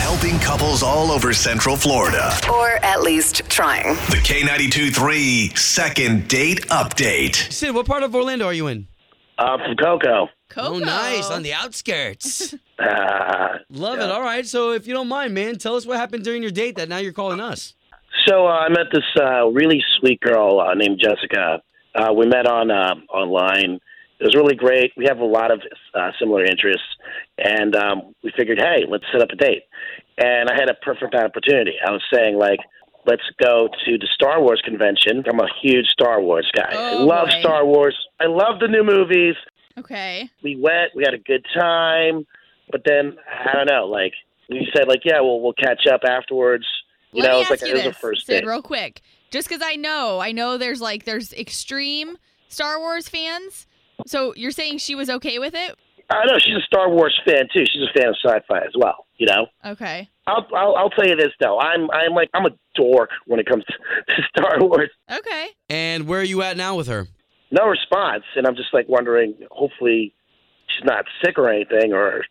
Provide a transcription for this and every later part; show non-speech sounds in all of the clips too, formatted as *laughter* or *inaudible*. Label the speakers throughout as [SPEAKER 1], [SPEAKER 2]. [SPEAKER 1] helping couples all over Central Florida.
[SPEAKER 2] Or at least trying.
[SPEAKER 1] The K92 3 second date update.
[SPEAKER 3] Sid, what part of Orlando are you in?
[SPEAKER 4] Uh, from Coco.
[SPEAKER 3] Oh, nice. On the outskirts.
[SPEAKER 4] Ah.
[SPEAKER 3] Love it. All right. So, if you don't mind, man, tell us what happened during your date that now you're calling us.
[SPEAKER 4] So uh, I met this uh, really sweet girl uh, named Jessica. Uh, we met on uh, online. It was really great. We have a lot of uh, similar interests, and um, we figured, hey, let's set up a date. And I had a perfect opportunity. I was saying, like, let's go to the Star Wars convention. I'm a huge Star Wars guy.
[SPEAKER 5] Oh,
[SPEAKER 4] I love
[SPEAKER 5] boy.
[SPEAKER 4] Star Wars. I love the new movies.
[SPEAKER 5] Okay.
[SPEAKER 4] we went, we had a good time, but then I don't know, like we said, like yeah, well we'll catch up afterwards. You
[SPEAKER 5] Let
[SPEAKER 4] know,
[SPEAKER 5] me
[SPEAKER 4] it's
[SPEAKER 5] ask
[SPEAKER 4] like
[SPEAKER 5] you
[SPEAKER 4] it was
[SPEAKER 5] this,
[SPEAKER 4] a first
[SPEAKER 5] Sid,
[SPEAKER 4] date.
[SPEAKER 5] real quick. Just because I know, I know there's like there's extreme Star Wars fans. So you're saying she was okay with it?
[SPEAKER 4] I know she's a Star Wars fan too. She's a fan of sci-fi as well. You know,
[SPEAKER 5] Okay.
[SPEAKER 4] I'll I'll, I'll tell you this though, I'm I'm like I'm a dork when it comes *laughs* to, to Star Wars.
[SPEAKER 5] Okay.
[SPEAKER 3] And where are you at now with her?
[SPEAKER 4] No response, and I'm just like wondering. Hopefully, she's not sick or anything, or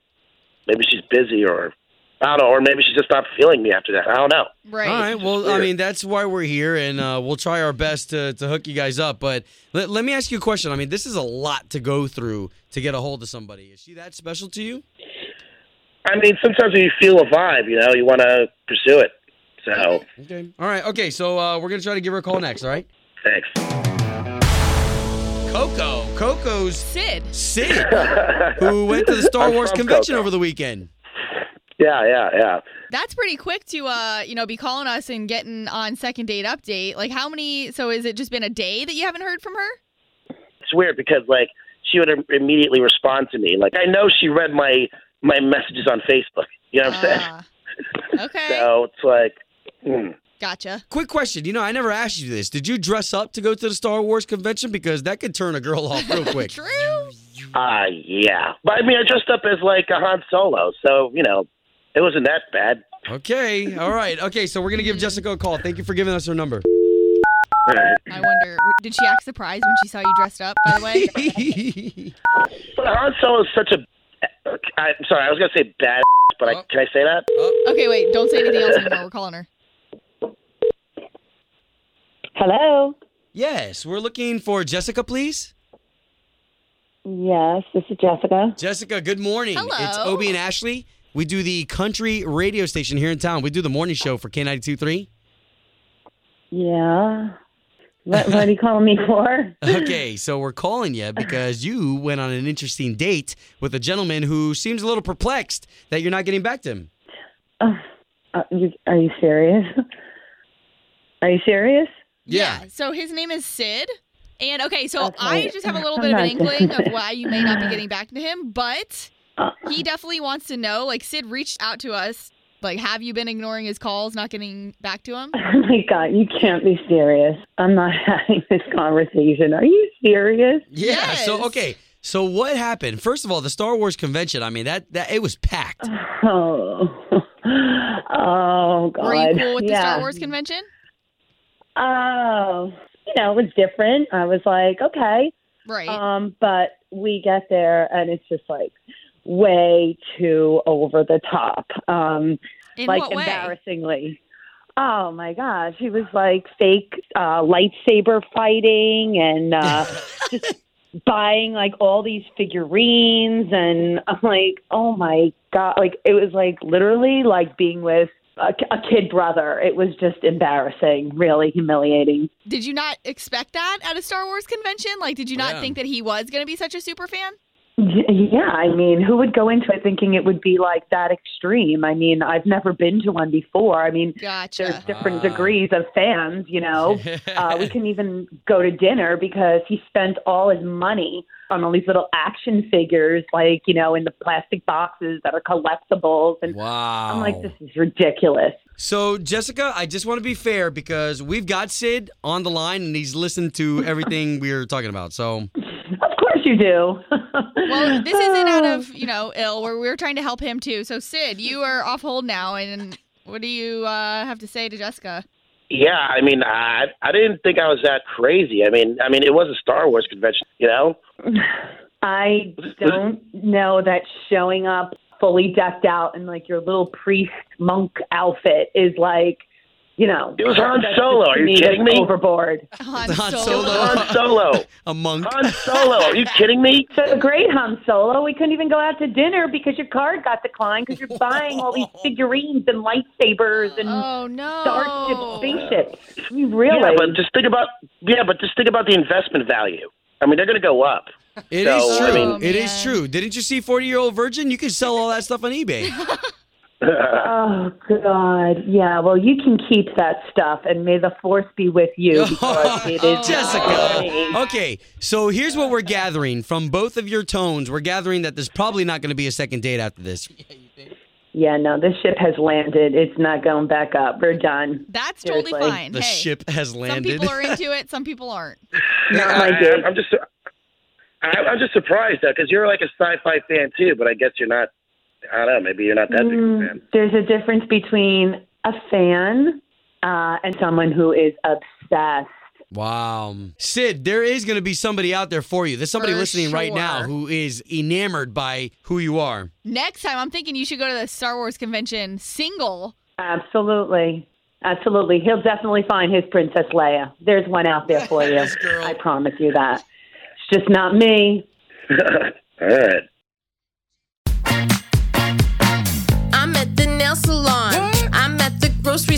[SPEAKER 4] maybe she's busy, or I don't know, or maybe she's just not feeling me after that. I don't know.
[SPEAKER 5] Right.
[SPEAKER 3] All right. Well, I mean, that's why we're here, and uh, we'll try our best to, to hook you guys up. But let, let me ask you a question. I mean, this is a lot to go through to get a hold of somebody. Is she that special to you?
[SPEAKER 4] I mean, sometimes when you feel a vibe, you know, you want to pursue it. So,
[SPEAKER 3] Okay. All right. Okay. So, uh, we're going to try to give her a call next. All right.
[SPEAKER 4] thanks.
[SPEAKER 3] Coco. *laughs* Coco's
[SPEAKER 5] Sid.
[SPEAKER 3] Sid, who went to the Star
[SPEAKER 4] I'm
[SPEAKER 3] Wars
[SPEAKER 4] from
[SPEAKER 3] convention
[SPEAKER 4] Coco.
[SPEAKER 3] over the weekend.
[SPEAKER 4] Yeah, yeah, yeah.
[SPEAKER 5] That's pretty quick to uh, you know, be calling us and getting on second date update. Like how many so is it just been a day that you haven't
[SPEAKER 4] *laughs*
[SPEAKER 5] heard from her?
[SPEAKER 4] It's weird because like she would im- immediately respond to me. Like I know she read my my messages on Facebook. You know what I'm saying?
[SPEAKER 5] Ah.
[SPEAKER 4] *laughs*
[SPEAKER 5] okay.
[SPEAKER 4] So it's like, hmm.
[SPEAKER 5] Gotcha.
[SPEAKER 3] Quick question. You know, I never asked you this. Did you dress up to go to the Star Wars convention? Because that could turn a girl off real quick.
[SPEAKER 5] True.
[SPEAKER 4] ah, yeah. But I mean, I dressed up as like a Han Solo, so you know, it wasn't that bad.
[SPEAKER 3] okay. All right. Okay. So we're going to give Jessica a call. Thank you for giving us her number. *laughs*
[SPEAKER 5] I wonder did she act surprised when she saw you dressed up, by the
[SPEAKER 4] *laughs*
[SPEAKER 5] way?
[SPEAKER 4] But Han Solo is such a. I'm sorry, I was gonna say bad, but I,
[SPEAKER 3] Oh.
[SPEAKER 4] can I say that?
[SPEAKER 5] Okay, wait, don't say anything else anymore. We're calling her.
[SPEAKER 6] Hello.
[SPEAKER 3] yes. We're looking for Jessica, please.
[SPEAKER 6] Yes, this is Jessica.
[SPEAKER 3] Jessica, good morning.
[SPEAKER 5] Hello.
[SPEAKER 3] It's Obie and Ashley. We do the country radio station here in town. We do the morning show for K92.3.
[SPEAKER 6] Yeah. What, what are you calling me *laughs* for?
[SPEAKER 3] Okay, so we're calling you because you went on an interesting date with a gentleman who seems a little perplexed that you're not getting back to him.
[SPEAKER 6] Uh, you, are you serious? Are you serious?
[SPEAKER 5] So his name is Sid. And okay, so
[SPEAKER 6] Okay.
[SPEAKER 5] I just have a
[SPEAKER 6] *laughs*
[SPEAKER 5] little
[SPEAKER 6] I'm
[SPEAKER 5] bit of an
[SPEAKER 6] not
[SPEAKER 5] inkling
[SPEAKER 6] gonna-
[SPEAKER 5] of why you may not be getting back to him, but
[SPEAKER 6] Uh.
[SPEAKER 5] he definitely wants to know. Like Sid reached out to us. Like, have you been ignoring his calls, not getting back to
[SPEAKER 6] *laughs*
[SPEAKER 5] him?
[SPEAKER 6] Oh my God, you can't be serious. I'm not *laughs* having this conversation. Are you serious? *laughs*
[SPEAKER 3] Yeah. So
[SPEAKER 5] Yes.
[SPEAKER 3] okay. So what happened? First of all, the Star Wars convention, I mean that that it was packed.
[SPEAKER 6] Oh, oh God.
[SPEAKER 5] Were you cool with the
[SPEAKER 6] yeah.
[SPEAKER 5] Star Wars convention?
[SPEAKER 6] Oh, you know, it was different. I was like, okay.
[SPEAKER 5] Right.
[SPEAKER 6] Um, but we get there and it's just like way too over the top. Um,
[SPEAKER 5] In
[SPEAKER 6] like
[SPEAKER 5] what way?
[SPEAKER 6] embarrassingly. Oh my gosh, he was like fake uh, lightsaber fighting
[SPEAKER 5] *laughs*
[SPEAKER 6] and uh, just buying like all these figurines, and I'm like, oh my god, like it was like literally like being with a, a kid brother. It was just embarrassing, really humiliating.
[SPEAKER 5] Did you not expect that at a Star Wars convention? Like, did you not
[SPEAKER 3] Yeah.
[SPEAKER 5] think that he was going to be such a super fan?
[SPEAKER 6] Y- Yeah, I mean, who would go into it thinking it would be like that extreme? I mean, I've never been to one before. I mean, there's
[SPEAKER 5] Gotcha.
[SPEAKER 6] different
[SPEAKER 3] Ah.
[SPEAKER 6] degrees of fans, you know. uh, we couldn't even go to dinner because he spent all his money on all these little action figures, like you know, in the plastic boxes that are collectibles. And
[SPEAKER 3] Wow.
[SPEAKER 6] I'm like, this is ridiculous.
[SPEAKER 3] So, Jessica, I just want to be fair because we've got Sid on the line and he's listened to everything we were talking about. So,
[SPEAKER 6] Of course you do. *laughs*
[SPEAKER 5] Well, this isn't out of you know ill. Where we were trying to help him too. So Sid, you are off hold now, and what do you uh, have to say to Jessica?
[SPEAKER 4] Yeah, I mean, I I didn't think I was that crazy. I mean, I mean, it was a Star Wars convention, you know.
[SPEAKER 6] I don't know that showing up fully decked out in like your little priest monk outfit is like, you know,
[SPEAKER 4] It was Han
[SPEAKER 6] that's
[SPEAKER 4] Solo.
[SPEAKER 6] just to
[SPEAKER 4] Are you kidding
[SPEAKER 6] that's
[SPEAKER 4] me?
[SPEAKER 6] Overboard.
[SPEAKER 5] Han
[SPEAKER 3] Han
[SPEAKER 5] Solo.
[SPEAKER 3] Solo.
[SPEAKER 4] *laughs* Han Solo.
[SPEAKER 3] A monk.
[SPEAKER 4] Han Solo. Are you kidding me?
[SPEAKER 6] So great, Han Solo. We couldn't even go out to dinner because your card got declined because you're buying all
[SPEAKER 4] *laughs*
[SPEAKER 6] these figurines and lightsabers and
[SPEAKER 5] Oh no.
[SPEAKER 6] star spaceships. You
[SPEAKER 4] Yeah,
[SPEAKER 6] realize?
[SPEAKER 4] but just think about yeah, but just think about the investment value. I mean, they're going to go up.
[SPEAKER 3] It is
[SPEAKER 4] So,
[SPEAKER 5] I
[SPEAKER 3] true.
[SPEAKER 5] mean-
[SPEAKER 3] it
[SPEAKER 5] Oh,
[SPEAKER 3] is
[SPEAKER 5] man.
[SPEAKER 3] true. Didn't you see 40 year old virgin? You could sell all that stuff on
[SPEAKER 5] *laughs*
[SPEAKER 3] eBay.
[SPEAKER 6] oh God, yeah. Well, you can keep that stuff, and may the force be with
[SPEAKER 4] *laughs*
[SPEAKER 6] you
[SPEAKER 3] *laughs*
[SPEAKER 6] because it is
[SPEAKER 3] Jessica. Okay, so here's what we're gathering from both of your tones. We're gathering that there's probably not going to be a second date after this.
[SPEAKER 6] Yeah, no, this ship has landed. It's not going back up. We're done.
[SPEAKER 5] That's totally
[SPEAKER 6] Seriously.
[SPEAKER 5] fine.
[SPEAKER 3] The
[SPEAKER 5] hey,
[SPEAKER 3] ship has
[SPEAKER 5] some
[SPEAKER 3] landed.
[SPEAKER 5] people
[SPEAKER 3] *laughs*
[SPEAKER 5] are into it. Some people aren't.
[SPEAKER 6] Not my
[SPEAKER 4] I,
[SPEAKER 6] day.
[SPEAKER 4] I'm just I, I'm just surprised though, because you're like a sci-fi fan too, but I guess you're not. I don't know. Maybe you're not that big of a fan.
[SPEAKER 6] Mm, There's a difference between a fan uh, and someone who is obsessed.
[SPEAKER 3] wow. Sid, there is going to be somebody out there for you. There's somebody
[SPEAKER 5] For
[SPEAKER 3] listening right now
[SPEAKER 5] sure.
[SPEAKER 3] who is enamored by who you are.
[SPEAKER 5] Next time, I'm thinking you should go to the Star Wars convention single.
[SPEAKER 6] Absolutely. Absolutely. He'll definitely find his Princess Leia. There's one out there
[SPEAKER 3] *laughs*
[SPEAKER 6] for you.
[SPEAKER 3] Yes, girl.
[SPEAKER 6] I promise you that. It's just not me.
[SPEAKER 4] Hmm. *laughs* All right.
[SPEAKER 7] I'm at the nail salon. I'm at the grocery